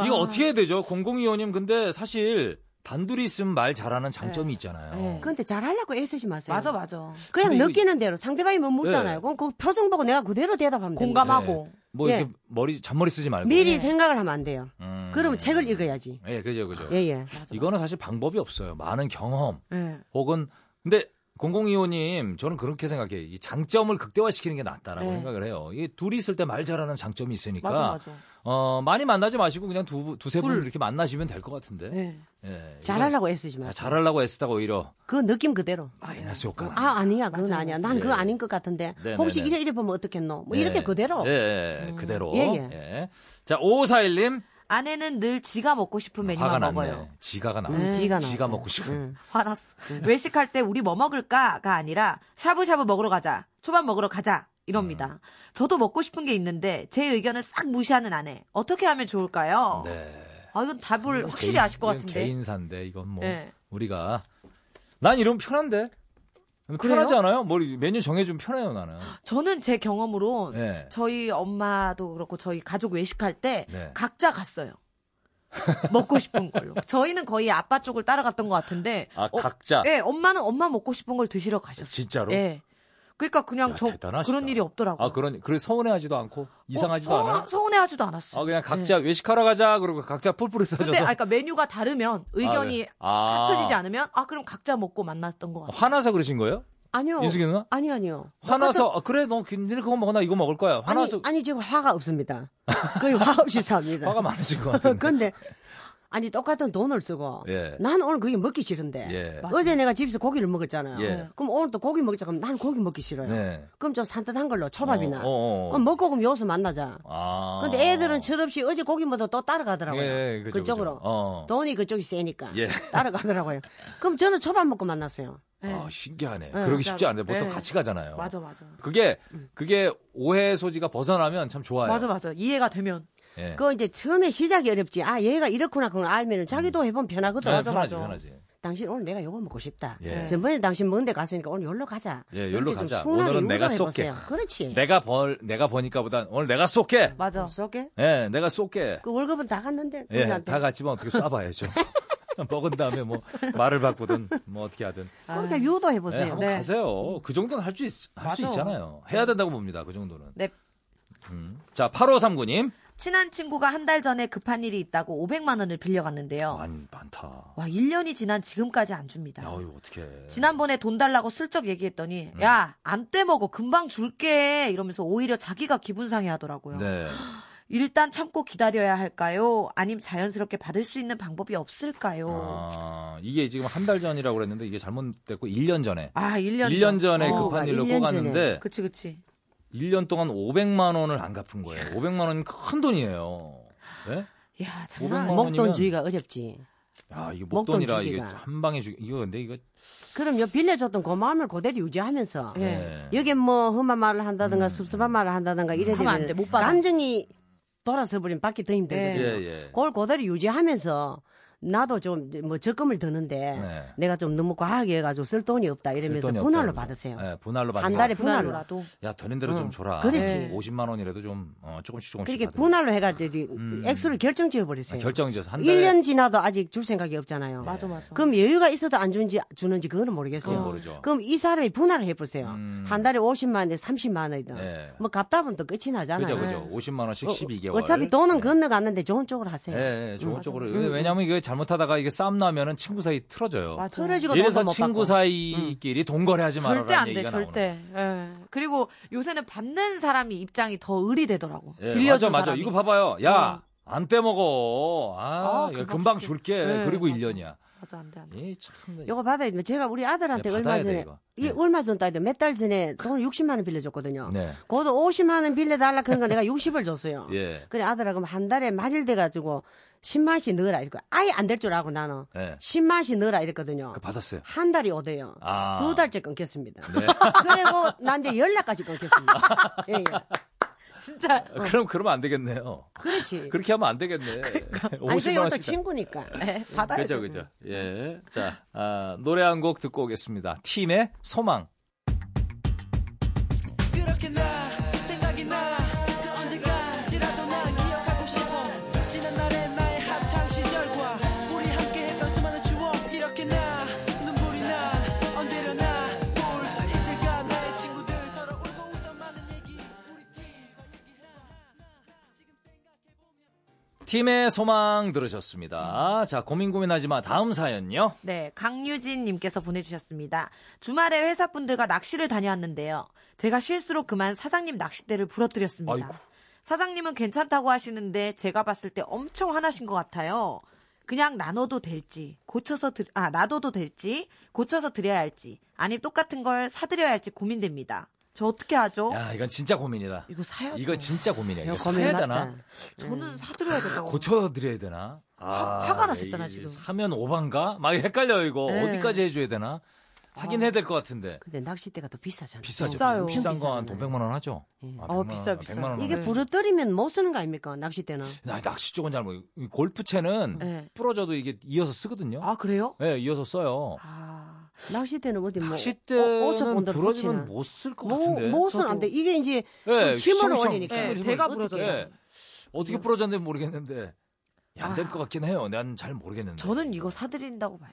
S2: 이거 어떻게 해야 되죠? 0025님 근데 사실 단둘이 있으면 말 잘하는
S4: 네.
S2: 장점이 있잖아요.
S4: 근데 잘하려고 애쓰지 마세요.
S3: 맞아, 맞아.
S4: 그냥
S2: 근데 이거-
S4: 느끼는 대로 상대방이 못 묻잖아요.
S2: 네.
S4: 그럼 그 표정 보고 내가 그대로 대답하면 됩니다.
S3: 공감하고.
S2: 뭐
S4: 예.
S2: 이렇게 머리 잔머리 쓰지 말고.
S4: 미리 생각을 하면 안 돼요.
S2: 예. 음.
S4: 그러면 책을 읽어야지. 아,
S2: 예, 그죠, 그죠.
S4: 예예.
S2: 이거는 사실 방법이 없어요. 많은 경험
S3: 예.
S2: 혹은 근데 0025님, 저는 그렇게 생각해요. 이 장점을 극대화시키는 게 낫다라고
S4: 예.
S3: 네.
S2: 생각을 해요. 이 둘이 있을 때 말 잘하는 장점이 있으니까
S3: 맞아 맞아.
S2: 어, 많이 만나지 마시고 그냥 두, 분- 두세 분 이렇게 만나시면 될 것 같은데.
S3: 네.
S2: 예,
S4: 잘하려고 애쓰지 마.
S2: 이건 잘하려고 애쓰다가 오히려
S4: 그 느낌 그대로.
S2: 마이너스 효과가 나요. 예.
S4: 아, 아니야. 그건 아니야. 난 그거 아닌 것 같은데.
S2: 네,
S4: 혹시
S2: 네, 네.
S4: 이래 이래 보면 어떻겠노? 뭐
S2: 예.
S4: 이렇게 그대로.
S2: 예, 예, 그대로.
S4: 예, 예.
S2: 예. 자, 5541님.
S3: 아내는 늘 지가 먹고 싶은
S2: 화가
S3: 메뉴만
S2: 났네.
S3: 먹어요.
S2: 지가가 나.
S4: 음, 지가 나왔네.
S2: 먹고 싶은.
S3: 화났어. 외식할 때 우리 뭐 먹을까가 아니라 샤브샤브 먹으러 가자. 초밥 먹으러 가자.
S2: 음.
S3: 이럽니다. 저도 먹고 싶은 게 있는데 제 의견을 싹 무시하는 아내. 어떻게 하면 좋을까요?
S2: 네.
S3: 아 이건 답을
S2: 이건
S3: 확실히
S2: 개인-
S3: 아실 것
S2: 이건
S3: 같은데.
S2: 개인사인데 이건 뭐
S3: 예.
S2: 우리가 난 이러면 편한데. 편하지 않아요? 뭐 메뉴 정해주면 편해요 나는. 아,
S3: 저는 제 경험으로
S2: 예.
S3: 저희 엄마도 그렇고 저희 가족 외식할 때
S2: 네.
S3: 각자 갔어요. 먹고
S2: [laughs]
S3: 싶은 걸로. 저희는 거의 아빠 쪽을 따라갔던 것 같은데.
S2: 아
S3: 어,
S2: 각자
S3: 예, 엄마는 엄마 먹고 싶은 걸 드시러 가셨어요.
S2: 진짜로.
S3: 예. 그러니까 그냥
S2: 야,
S3: 저
S2: 대단하시다.
S3: 그런 일이 없더라고요.
S2: 아 그런 그래 서운해하지도 않고 이상하지도
S3: 어, 서운-
S2: 않아.
S3: 서운해하지도 않았어요.
S2: 아 그냥 각자 외식하러 가자 그러고 각자 뿔뿔이
S3: 근데
S2: 써져서.
S3: 아, 그러니까 메뉴가 다르면 의견이
S2: 네. 아.
S3: 합쳐지지 않으면 아 그럼 각자 먹고 만났던 것 같아요.
S2: 화나서 그러신 거예요?
S3: 어.
S4: 아니요.
S2: 민숙이 누나?
S4: 아니요, 아니요.
S2: 화나서
S3: 그렇죠.
S2: 아, 그래 너 니네 그거 먹어 나 이거 먹을 거야.
S4: 아니,
S2: 화나서
S4: 아니, 지금 화가 없습니다. 거의 화 없이 삽니다.
S2: [laughs] 화가 많으신 것 같은데.
S4: 근데 아니 똑같은 돈을 쓰고
S2: 예.
S4: 난 오늘 그게 먹기 싫은데
S2: 예.
S4: 어제 내가 집에서 고기를 먹었잖아요.
S2: [laughs] 예.
S4: 그럼 오늘 또 고기 먹자 그럼 난 고기 먹기 싫어요.
S2: 네.
S4: 그럼 좀 산뜻한 걸로 초밥이나
S2: 어, 어, 어.
S4: 그럼 먹고 그럼 여기서 만나자.
S2: 아.
S4: 근데 애들은 철없이 어제 고기 먹다 또 따라가더라고요.
S2: 예, 예, 그죠,
S4: 쪽으로
S2: 그죠. 어.
S4: 돈이 그쪽이 세니까
S2: 예.
S4: 따라가더라고요. 그럼 저는 초밥 먹고 만났어요.
S2: 아 신기하네. 그러기 쉽지 않네. 보통
S3: 예.
S2: 같이 가잖아요.
S3: 맞아 맞아.
S2: 그게 그게 오해 소지가 벗어나면 참 좋아요.
S3: 맞아 맞아. 이해가 되면
S2: 예.
S4: 그거 이제 처음에 시작이 어렵지. 아 얘가 이렇구나 그걸 알면은 자기도 해보면 편하거든.
S2: 아, 편하지 편하지.
S4: 당신 오늘 내가 요거 먹고 싶다.
S2: 예.
S4: 전번에 당신 먼데 갔으니까 오늘 열로 가자.
S2: 예,
S4: 이렇게
S2: 여기로
S4: 좀
S2: 가자.
S4: 순하게
S2: 오늘은 내가
S4: 유도해
S2: 쏠게. 네.
S4: 보세요. 그렇지.
S2: 내가 벌 내가 버니까보단 오늘 내가 쏠게.
S3: 맞아.
S4: 쏠게.
S2: 예, 내가 쏠게.
S4: 그 월급은 다 갔는데.
S2: 예,
S4: 그분한테.
S2: 다 같지만 어떻게 쏴봐야죠. [laughs] 먹은 다음에 뭐 말을 바꾸든 뭐 어떻게 하든
S4: 그렇게 그러니까 유도해
S2: 예,
S4: 보세요. 아,
S2: 한번
S3: 네.
S2: 가세요. 그 정도는 할 수 할 수
S3: 맞아.
S2: 있잖아요. 해야 된다고 봅니다. 그 정도는.
S3: 네.
S2: 음. 자, 8539님.
S3: 친한 친구가 한 달 전에 급한 일이 있다고 500만 원을 빌려갔는데요.
S2: 많이 많다.
S3: 와 1년이 지난 지금까지 안 줍니다.
S2: 야, 이거 어떻게?
S3: 지난번에 돈 달라고 슬쩍 얘기했더니
S2: 음.
S3: 야 안 떼먹어 금방 줄게 이러면서 오히려 자기가 기분 상해하더라고요.
S2: 네.
S3: 일단 참고 기다려야 할까요? 아님 자연스럽게 받을 수 있는 방법이
S4: 어.
S3: 없을까요?
S2: 아, 이게 지금 한 달 전이라고 그랬는데 이게 잘못됐고 1년 전에
S3: 아, 일 1년,
S2: 1년 전에 그
S4: 어,
S2: 급한 일로
S4: 일 년 전에.
S2: 꼬갔는데
S3: 그치 그치.
S2: 1년 동안 500만 원을 안 갚은 거예요. 500만 원은 큰 돈이에요. 예?
S3: 야,
S2: 500만
S3: 장난.
S2: 원.
S4: 목돈
S2: 어머니면-
S4: 주의가 어렵지.
S2: 야, 이게
S4: 목돈
S2: 목돈이라 이게
S4: 주기가.
S2: 한 방에 주 이거 근데 이거
S4: 그럼요 빌려줬던 그 마음을 그대로 유지하면서
S3: 예.
S2: 예.
S4: 여기 뭐 험한 말을 한다든가
S2: 음.
S4: 섭섭한 말을 한다든가 이래
S3: 하면 안
S4: 되면
S3: 돼, 못 받아.
S4: 감정이 돌아서 버리면 받기 더 힘들거든요.
S2: 예, 예.
S4: 뭐 그걸 그대로 유지하면서 나도 좀 뭐 적금을 드는데
S2: 네.
S4: 내가 좀 너무 과하게 해가지고 쓸 돈이 없다
S2: 쓸
S4: 이러면서
S2: 돈이
S4: 분할로
S2: 없다 그러면서.
S4: 받으세요.
S2: 예, 분할로 받는
S4: 한
S2: 거.
S4: 달에 분할로. 어.
S3: 분할로라도. 네.
S2: 야, 되는 대로 좀 줘라.
S4: 그렇지.
S2: 50만 원이라도 좀 어, 조금씩 조금씩
S4: 그렇게
S2: 받으면.
S4: 분할로 해가지고 이제 액수를 결정지어 버리세요.
S2: 음. 아, 결정지어서 한 달에
S4: 1년 지나도 아직 줄 생각이 없잖아요.
S3: 맞아 맞아.
S4: 그럼 여유가 있어도 안 주는지 주는지 그거는 모르겠어요.
S2: 예. 그건 모르죠. 음.
S4: 그럼 이 사람이 분할을 해보세요. 한 달에 50만 원에 30만 원이든
S2: 네.
S4: 뭐 갚다보면 또 끝이 나잖아요.
S2: 그죠 그죠. 50만 원씩
S4: 어,
S2: 12개월.
S4: 어차피 돈은 건너갔는데 좋은 쪽으로 하세요.
S2: 예, 예, 좋은 쪽으로. 왜냐하면 이게 잘못하다가 이게 싸움 나면은 친구 사이 틀어져요.
S3: 맞아.
S4: 틀어지고
S2: 이래서
S4: 돈도 못
S2: 친구
S4: 받고.
S2: 사이끼리 동거래하지 말아라.
S3: 절대 안 돼, 절대. 예. 그리고 요새는 받는 사람이 입장이 더 을이 되더라고.
S2: 빌려줘
S3: 빌려준
S2: 예, 맞아.
S3: 사람이.
S2: 이거 봐봐요. 야, 안 떼먹어. 아,
S3: 아,
S2: 야, 금방,
S3: 금방
S2: 줄게.
S3: 네,
S2: 그리고
S3: 맞아.
S2: 1년이야.
S3: 맞아 안 돼, 안 돼.
S2: 이 참.
S4: 요거 받아야 돼. 제가 우리 아들한테
S2: 네,
S4: 얼마
S2: 받아야 돼,
S4: 전에
S2: 이거.
S4: 이 얼마 전 따야 몇달 전에 돈 60만 원 빌려줬거든요.
S2: 네.
S4: 그것도 50만 원 빌려달라 그런 거 내가 60을 줬어요.
S2: 예.
S4: 그래 아들하고 한 달에 말일 돼 가지고 10만 원씩 넣으라 이거 아예 안 될 줄 알고 나는
S2: 예.
S4: 10만 원씩 넣으라 이랬거든요.
S2: 그 받았어요.
S4: 한 달이 오대요.
S2: 아. 네.
S4: 두 달째 끊겼습니다. [laughs] 그리고 난 이제 연락까지 끊겼습니다. 예, 예.
S3: 진짜
S2: 그럼 그러면 안 되겠네요.
S4: 그렇지.
S2: 그렇게 하면 안 되겠네. [laughs]
S4: 아니,
S2: 50만
S4: 저희 또
S2: 원씩.
S4: 친구니까. 예,
S3: 받아야
S2: 그죠 그죠. 예. 자, 아, 노래 한 곡 듣고 오겠습니다. 팀의 소망.
S1: 그렇게 나 생각이 나 그 언제까지라도 나 기억하고 싶어 지난 날의 나의 합창 시절과 우리 함께했던 수많은 추억 이렇게 나 눈물이 나 언제려나 볼 수 있을까 나의 친구들 서로 울고 웃던 많은 얘기 우리 팀과 얘기해
S2: 팀의 소망 들으셨습니다. 자, 고민 고민하지 마. 다음 사연요.
S3: 네, 강유진님께서 보내주셨습니다. 주말에 회사분들과 낚시를 다녀왔는데요. 제가 실수로 그만 사장님 낚싯대를 부러뜨렸습니다.
S2: 아이고.
S3: 사장님은 괜찮다고 하시는데 제가 봤을 때 엄청 화나신 것 같아요. 그냥 나눠도 될지 고쳐서 드, 아 놔둬도 될지 고쳐서 드려야 할지 아니면 똑같은 걸 사드려야 할지 고민됩니다. 저 어떻게 하죠?
S2: 야, 이건 진짜 고민이다.
S3: 이거 사야죠. 네.
S2: 이거 진짜 고민이야. 이거
S4: 이거
S2: 사야
S4: 고민
S2: 되나?
S4: 맞다.
S3: 저는 사드려야 된다고.
S2: 고쳐드려야 되나? 아,
S3: 화가 나셨잖아,
S2: 이
S3: 지금.
S2: 사면 오반가? 막 헷갈려요, 이거.
S3: 네.
S2: 어디까지 해줘야 되나? 하긴 해야 될 것 같은데.
S4: 근데 낚싯대가 더 비싸잖아.
S2: 비싸죠.
S3: 비싸요.
S2: 비싼 거 한
S4: 비싸잖아요.
S2: 100만 원 하죠? 아,
S3: 어, 비싸요, 비싸요.
S2: 원 네.
S4: 이게
S2: 하네.
S4: 부러뜨리면 못 쓰는 거 아닙니까? 낚싯대는.
S2: 나 낚시 쪽은 잘 모르고 골프채는
S3: 네.
S2: 부러져도 이게 이어서 쓰거든요.
S3: 아 그래요?
S2: 예, 이어서 써요.
S3: 아
S4: 낚싯대는 어디 뭐. 어차피
S2: 낚싯대는
S4: 온다,
S2: 부러지면
S4: 붙이나.
S2: 못 쓸 것
S4: 뭐,
S2: 같은데.
S4: 못은 안 돼. 이게 이제
S2: 예,
S4: 힘을
S2: 시청창-
S4: 올리니까.
S2: 예,
S3: 네,
S2: 힘을-
S3: 대가 부러져요.
S2: 예. 어떻게 부러졌는지 모르겠는데 안 될 것 같긴 해요. 난 잘 모르겠는데.
S3: 저는 이거 사드린다고 봐요.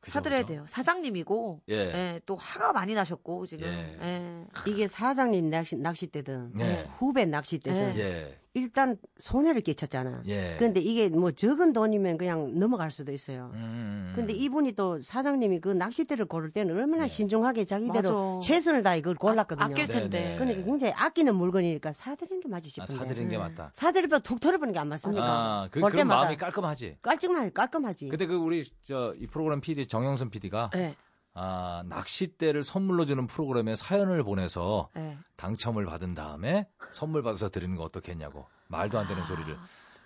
S2: 그죠,
S3: 사드려야
S2: 그죠?
S3: 돼요. 사장님이고
S2: 예.
S3: 예, 또 화가 많이 나셨고 지금
S2: 예.
S3: 예.
S4: 이게 사장님 낚시, 낚싯대든
S2: 예.
S4: 후배 낚싯대든
S3: 예.
S2: 예.
S4: 일단 손해를 끼쳤잖아.
S2: 예.
S4: 근데 이게 뭐 적은 돈이면 그냥 넘어갈 수도 있어요.
S2: 음.
S4: 근데 이분이 또 사장님이 그 낚싯대를 고를 때는 얼마나 신중하게 자기대로
S3: 맞아.
S4: 최선을 다해 그걸 골랐거든요.
S3: 아낄
S2: 네,
S3: 텐데.
S2: 네.
S4: 그러니까 굉장히 아끼는 물건이니까 사드리는 게 맞지
S2: 아,
S4: 싶은데.
S2: 사드린 게 맞다.
S4: 사드리면 툭 털어보는 게 안 맞습니까?
S2: 아, 그,
S4: 볼
S2: 그
S4: 때마다 예.
S2: 마음이 깔끔하지.
S4: 깔끔하, 깔끔하지.
S2: 근데 그 우리 저 이 프로그램 PD 정영선 PD가
S3: 예.
S2: 아, 낚싯대를 선물로 주는 프로그램에 사연을 보내서
S3: 예.
S2: 당첨을 받은 다음에 선물 받아서 드리는 거 어떻겠냐고 말도 안 되는 소리를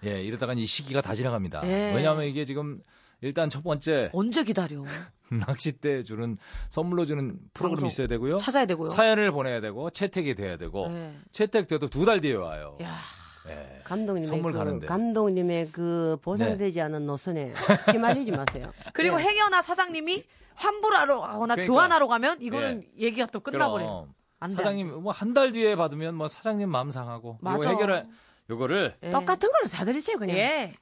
S2: 예 이러다가 이 시기가 다 지나갑니다
S3: 아. 예. 어.
S2: 왜냐하면 이게 지금 일단 첫 번째
S3: 언제 기다려?
S2: [laughs] 낚싯대 주는 선물로 주는 프로그램이
S3: 방송.
S2: 있어야 되고요
S3: 찾아야 되고요.
S2: 사연을 어. 보내야 되고 채택이 돼야 되고
S3: 예.
S2: 채택돼도 두 달 뒤에 와요
S3: 야,
S2: 예.
S4: 감독님의
S2: 선물
S4: 그,
S2: 가는데. 네.
S4: 감독님의 그 보상되지 않은 노선에 휘말리지 마세요.
S3: 그리고
S4: 예.
S3: 행여나 사장님이 환불하러 가거나
S2: 그러니까. 예.
S3: 교환하러 가면 이거는 얘기가 또 끝나버려요.
S2: 그럼
S3: 안 돼, 안
S2: 사장님 뭐 한 달 뒤에 받으면 뭐 사장님 마음 상하고 이거
S3: 맞아.
S2: 해결할 요거를
S3: 돼. 예.
S4: 똑같은 걸로 사드리세요 그냥.
S3: 예.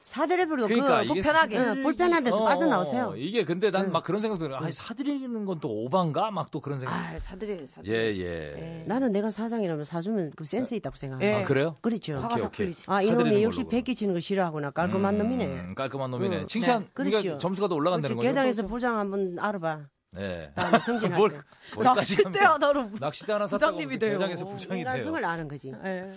S4: 사드려버리고
S2: 그러니까
S4: 그
S2: 이게
S3: 편하게. 네,
S2: 사드리기-
S4: 예, 불편한 데서
S2: 어,
S4: 빠져나오세요.
S2: 이게 근데 난 막 그런 생각도 들어요. 아니 사드리는 건 또 오반가 막 또 그런 생각.
S3: 아, 사드려요, 사드려.
S2: 예 예.
S4: 나는 내가 사장이라면 사주면 그 센스 있다고 생각해.
S3: 예.
S2: 아 그래요?
S4: 그렇죠.
S3: 화가
S2: 오케이,
S3: 싹
S2: 오케이.
S3: 풀리지.
S4: 아
S2: 사드리는
S4: 이놈이
S2: 걸로
S4: 역시
S2: 그럼.
S4: 베끼치는 거 싫어하구나. 깔끔한 놈이네.
S2: 음, 깔끔한 놈이네.
S4: 응,
S2: 칭찬.
S4: 네,
S2: 그러니까
S4: 그렇죠.
S2: 점수가 더 올라간다는 거죠.
S4: 계장에서 부장 한번 알아봐.
S2: 예.
S4: 다음에
S2: [laughs]
S4: 성진할
S2: 뭘
S4: 때.
S2: 뭘까지
S3: 낚싯대
S2: 갑니까?
S3: 하나로 부-
S2: 낚싯대 하나 샀다고
S3: 부장님이
S2: 무슨
S3: 돼요.
S2: 대장에서 부장이 돼요.
S4: 어, 인간성을 아는 거지.
S3: 예.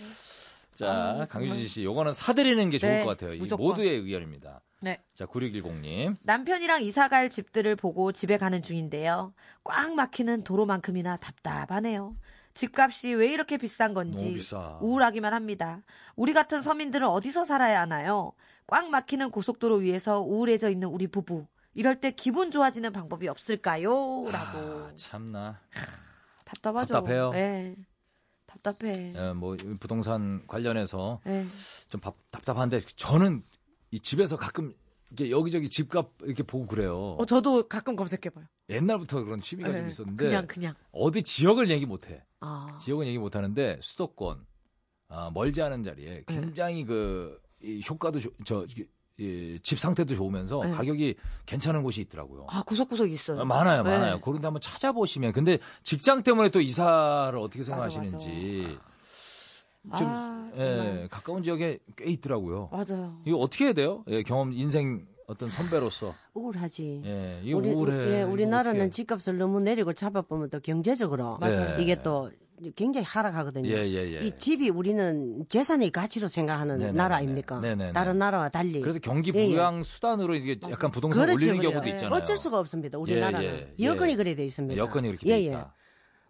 S2: 자, 강유진 씨, 요거는 사드리는 게 좋을
S3: 네,
S2: 것 같아요. 이
S3: 무조건.
S2: 모두의 의견입니다.
S3: 네.
S2: 자, 9610님.
S3: 남편이랑 이사갈 집들을 보고 집에 가는 중인데요. 꽉 막히는 도로만큼이나 답답하네요. 집값이 왜 이렇게 비싼 건지
S2: 너무 비싸.
S3: 우울하기만 합니다. 우리 같은 서민들은 어디서 살아야 하나요? 꽉 막히는 고속도로 위에서 우울해져 있는 우리 부부. 이럴 때 기분 좋아지는 방법이 없을까요? 라고.
S2: 아, 참나.
S3: 답답하죠.
S2: 답답해요.
S3: 예. 답답해.
S2: 예, 뭐 부동산 관련해서
S3: 예.
S2: 좀 밥- 답답한데 저는 이 집에서 가끔 이렇게 여기저기 집값 이렇게 보고 그래요.
S3: 어, 저도 가끔 검색해봐요.
S2: 옛날부터 그런 취미가
S3: 예.
S2: 아, 좀 있었는데
S3: 그냥, 그냥.
S2: 어디 지역을 얘기 못해.
S3: 아.
S2: 지역은 얘기 못하는데 수도권 아, 멀지 않은
S3: 네.
S2: 자리에 굉장히 그이 효과도 좋- 저, 이, 집 상태도 좋으면서
S3: 네.
S2: 가격이 괜찮은 곳이 있더라고요.
S3: 아, 구석구석 있어요.
S2: 아, 많아요,
S3: 네.
S2: 많아요. 그런데 한번 찾아보시면 근데 직장 때문에 또 이사를 어떻게 생각하시는지 좀
S3: 아, 정말.
S2: 예, 가까운 지역에 꽤 있더라고요.
S3: 맞아요.
S2: 이거 어떻게 해야 돼요? 예, 경험 인생 어떤 선배로서
S4: 우울하지.
S2: 예, 이거
S4: 우리,
S2: 우울해.
S4: 예,
S2: 이거
S4: 우리나라는
S2: 어떻게
S4: 집값을 너무 내리고 잡아보면 또 경제적으로
S2: 맞아요.
S4: 이게 또 굉장히 하락하거든요.
S2: 해? 예, 예, 예.
S4: 이 집이 우리는 재산의 가치로 생각하는
S2: 네네네.
S4: 나라 아닙니까?
S2: 네네네.
S4: 다른 나라와 달리.
S2: 그래서 경기
S4: 예, 예.
S2: 부양 수단으로 이게 약간 부동산
S4: 그렇죠,
S2: 올리는
S4: 그래요.
S2: 경우도
S4: 예.
S2: 있잖아요.
S4: 어쩔 수가 없습니다. 우리나라는
S2: 예, 예.
S4: 여건이 그래 돼 있습니다.
S2: 여건이 이렇게
S4: 예,
S2: 돼
S4: 예.
S2: 있다.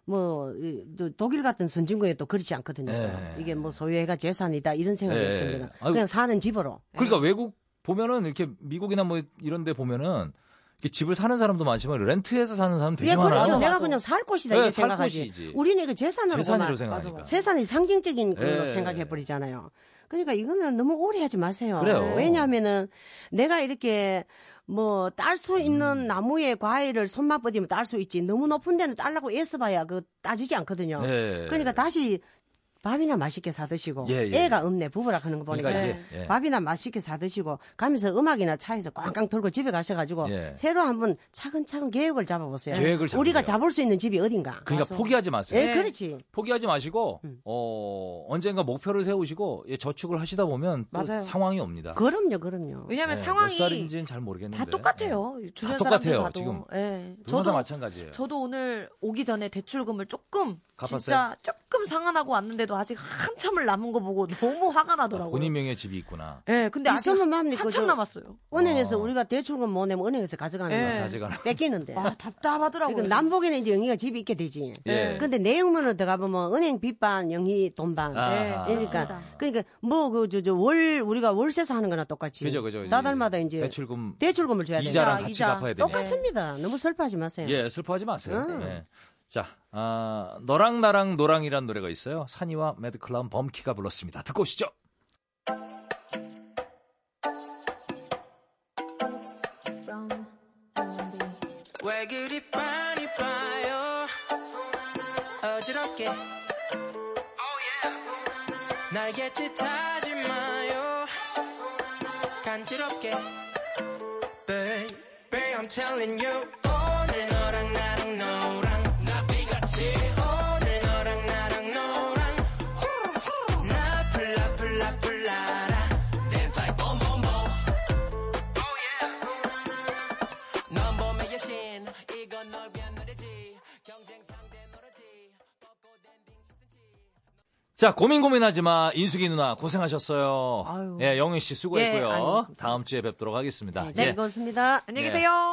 S4: 뭐 이, 또 독일 같은 선진국에 또 그렇지 않거든요.
S2: 예.
S4: 이게 뭐 소유해가 재산이다 이런 생각이
S2: 예.
S4: 없습니다.
S2: 아유.
S4: 그냥 사는 집으로.
S2: 그러니까 외국 보면은 이렇게 미국이나 뭐 이런 데 보면은 이렇게 집을 사는 사람도 많지만 렌트해서 사는 사람 되게
S4: 예, 그렇죠.
S2: 많아요.
S4: 내가 그냥 살 곳이다
S2: 예,
S4: 이렇게
S2: 살
S4: 생각하지.
S2: 곳이지.
S4: 우리는 이거 재산으로
S2: 재산으로
S4: 보면
S2: 생각하니까.
S4: 세상이 상징적인 걸로
S2: 그러니까. 예.
S4: 생각해 버리잖아요. 그러니까 이거는 너무 오래 하지 마세요.
S2: 그래요.
S4: 왜냐하면은 내가 이렇게 뭐 딸 수 있는
S2: 음.
S4: 나무의 과일을 손맛 보디면 딸 수 있지. 너무 높은 데는 딸라고 애써봐야 그 따지지 않거든요.
S2: 예.
S4: 그러니까 다시 밥이나 맛있게 사드시고
S2: 예, 예.
S4: 애가 없네 부부라 하는 거 보니까
S2: 그러니까 이게, 예.
S4: 밥이나 맛있게 사드시고 가면서 음악이나 차에서 꽝꽝 털고 집에 가셔가지고
S2: 예.
S4: 새로 한번 차근차근 계획을 잡아보세요.
S2: 계획을 잡으세요.
S4: 우리가 잡을 수 있는 집이 어딘가.
S2: 그러니까 포기하지 마세요.
S4: 예, 음. 그렇지.
S2: 포기하지 마시고 어, 언젠가 목표를 세우시고 예, 저축을 하시다 보면 또
S4: 맞아요.
S2: 상황이 옵니다.
S4: 그럼요, 그럼요.
S3: 왜냐하면
S2: 예,
S3: 상황이
S2: 몇 살인지는 잘 모르겠는데 예.
S3: 다 똑같아요. 주변
S2: 다 똑같아요,
S3: 사람들 봐도.
S2: 지금.
S3: 예.
S2: 저도 다
S3: 저도
S2: 마찬가지예요.
S3: 저도 오늘 오기 전에 대출금을 조금
S2: 네. 갚았어요?
S3: 진짜 조금 상환하고 왔는데도 아직 한참을 남은 거 보고 너무 화가 나더라고요.
S2: 본인 명의 집이 있구나.
S3: 예, 근데 아직
S4: 있으면 마음 있고
S3: 한참
S4: 저-
S3: 남았어요.
S4: 은행에서 우리가 대출금 못 내면 은행에서 가져가는
S3: 예.
S4: 거야.
S2: 가져가는
S4: 뺏기는데.
S3: 아, 답답하더라고요.
S4: 네. 그러니까 남북에는 이제 영희가 집이 있게 되지.
S2: 예.
S4: 근데 내용문으로 들어가보면 은행 빚반, 영희 돈반.
S2: 아,
S3: 예,
S2: 아,
S4: 그러니까
S3: 그렇습니다.
S4: 그러니까 뭐 그 저 저 월 우리가 월세서 하는 거나 똑같이.
S2: 그죠, 그죠. 이제
S4: 나달마다 이제
S2: 대출금
S4: 대출금을 줘야 돼.
S2: 이자랑
S3: 이자,
S2: 같이
S3: 이자.
S2: 갚아야 되니까.
S4: 똑같습니다. 너무 슬퍼하지 마세요.
S2: 예, 슬퍼하지 마세요. 예. 자, 아, 너랑 나랑 노랑이란 노래가 있어요. 산이와 매드클라운 범키가 불렀습니다. 듣고 오시죠.
S1: 왜 그리 빤히 봐요 어지럽게 날갯짓하지 마요 간지럽게 Baby I'm telling you 오늘 너랑 나랑 너랑 나비같이 오늘 너랑 나랑 너랑 나플라플라플라라 뭐, Dance like boom boom boom Oh yeah 넘버의 여신 이건 널 위한 노래지 경쟁 상대 노래지 꺾고된 빙
S2: 자, 고민 고민하지 마. 인숙이 누나 고생하셨어요.
S3: 아유.
S2: 예, 영희 씨 수고했고요.
S3: 예, 아유, 감사합니다.
S2: 다음 주에 뵙도록 하겠습니다.
S4: 네,
S2: 예.
S4: 이것습니다
S3: 안녕히
S2: 네.
S3: 계세요.